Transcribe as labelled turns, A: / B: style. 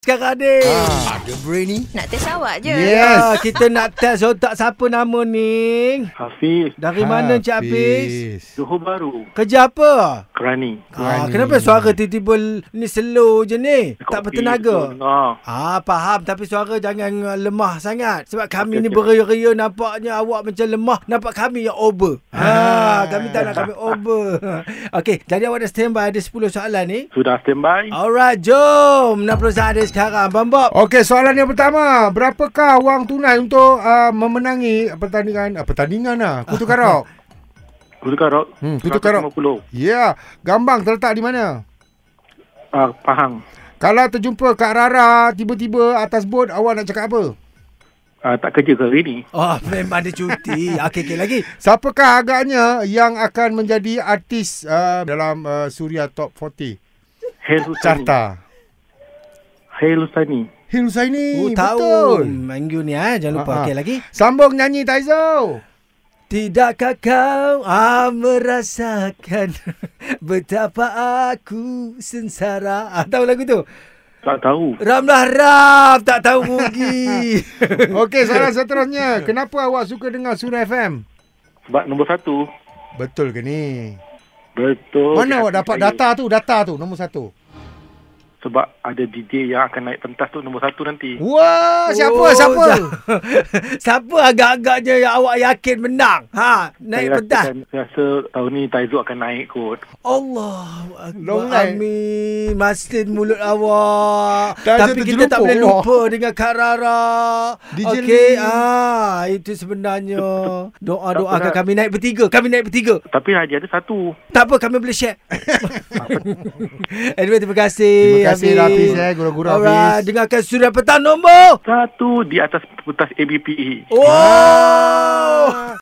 A: sekarang ni.
B: Ah, ada brain ni.
C: Nak test awak je.
A: Ya, kita nak test otak siapa nama ni?
D: Hafiz
A: Dari
B: Ah,
A: mana Encik Hafiz?
D: Johor Baru
A: Kerja apa?
D: Kerani
A: Ah,
B: Kerani.
A: kenapa suara tiba-tiba ni slow je ni? Tak
D: Kopi,
A: bertenaga.
D: tu, dengar.
A: Ah, faham tapi suara jangan uh, lemah sangat sebab kami
D: Okey,
A: ni
D: okey.
A: beria-ria nampaknya awak macam lemah nampak kami yang over. Ha, kami tak nak kami over. Okey, jadi awak dah standby ada 10 soalan ni.
D: Sudah standby
B: Ah.
A: Alright, jom. 60 saat ada sekarang. Bang Bob.
B: Okey, soalan yang pertama. Berapakah wang tunai untuk uh, memenangi pertandingan uh, pertandingan lah, kutu karok?
D: Kutu Karok
B: Hmm, Kutu Karok.
D: 150
B: ya, yeah. gambang terletak di mana?
D: Ah, Pahang
B: Kalau terjumpa Kak Rara tiba-tiba atas bot, awak nak cakap apa?
D: Ah, Tak kerja ke hari ni
A: Oh, memang dia cuti. Okey, okey lagi.
B: Siapakah agaknya yang akan menjadi artis uh, dalam uh, Suria Top 40?
D: Hail Husani
B: Carta.
D: Hail Husani
B: Hil Husaini,
A: Oh, tahu.
B: betul.
A: Minggu ni eh. Jangan lupa.
B: Ah, ah.
A: Okey lagi.
B: Sambung nyanyi Taizo.
A: Tidakkah kau ah, merasakan betapa aku sengsara? Ah, tahu lagu tu?
D: Tak tahu
A: Ramlah Ram tak tahu rugi.
B: Okey, soalan seterusnya. Kenapa awak suka dengar Suria FM?
D: Sebab nombor satu
B: Betul ke ni?
D: Betul
B: Mana awak dapat
D: saya.
B: data tu? Data tu nombor satu.
D: Sebab ada DJ yang akan naik pentas tu nombor satu nanti
A: Ah,
B: Wah, siapa?
A: Oh,
B: siapa?
A: sa- siapa agak-agaknya yang awak yakin menang? Ha, naik pedas.
D: rasakan- Saya rasa kan tahun ni Taizu akan naik kot
A: Allah
B: Long
A: Akbar
B: life.
A: Amin Masin mulut awak
B: Dah
A: Tapi
B: jatuh
A: kita tak
B: terlupa.
A: boleh lupa Dengan Kak Rara
B: DJ
A: Okey
B: Lee.
A: ah, Itu sebenarnya Doa-doakan
D: Tak apa,
A: kami naik bertiga Kami naik bertiga
D: Tapi Haji ada satu
A: Tak apa kami boleh share Anyway terima kasih
B: Terima kasih, Hafiz, eh. Gurau-gurau, Hafiz.
A: Alright, Dengarkan Suria Petang nombor
D: E. Satu di atas pentas ABPE
B: Ah.
A: Oh